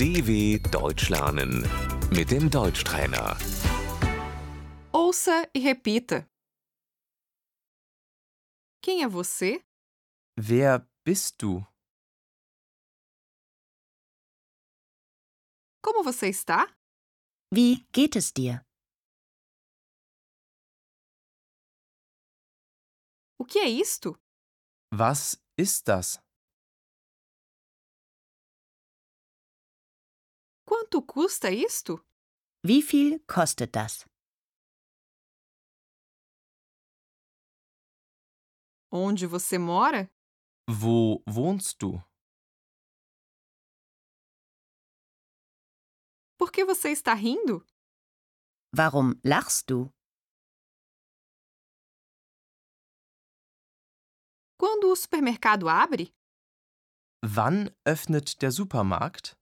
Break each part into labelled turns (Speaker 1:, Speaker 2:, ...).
Speaker 1: DW Deutsch lernen mit dem Deutschtrainer.
Speaker 2: Ouça e repita. Quem é você?
Speaker 3: Wer bist du?
Speaker 2: Como você está?
Speaker 4: Wie geht es dir?
Speaker 2: O que é isto?
Speaker 3: Was ist das?
Speaker 2: Quanto custa isto?
Speaker 4: Wie viel kostet das?
Speaker 2: Onde você mora?
Speaker 3: Wo wohnst du?
Speaker 2: Por que você está rindo?
Speaker 4: Warum lachst du?
Speaker 2: Quando o supermercado abre?
Speaker 3: Wann öffnet der Supermarkt?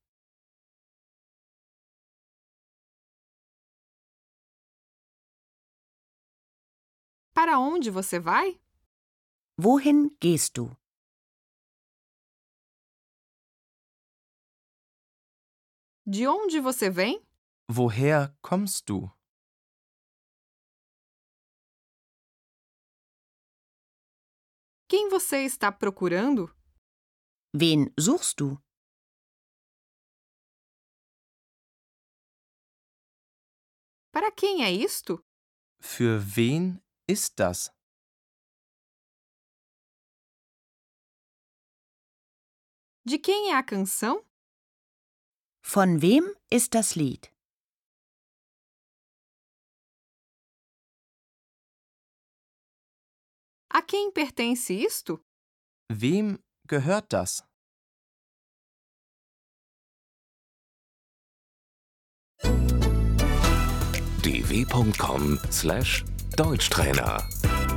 Speaker 2: Para onde você vai?
Speaker 4: Wohin gehst du?
Speaker 2: De onde você vem?
Speaker 3: Woher kommst du?
Speaker 2: Quem você está procurando?
Speaker 4: Wen suchst du?
Speaker 2: Para quem é isto?
Speaker 3: Für wen ist das?
Speaker 2: De quem é a canção?
Speaker 4: Von wem ist das Lied?
Speaker 2: A quem pertence isto?
Speaker 3: Wem gehört das?
Speaker 1: dw.com/deutschtrainer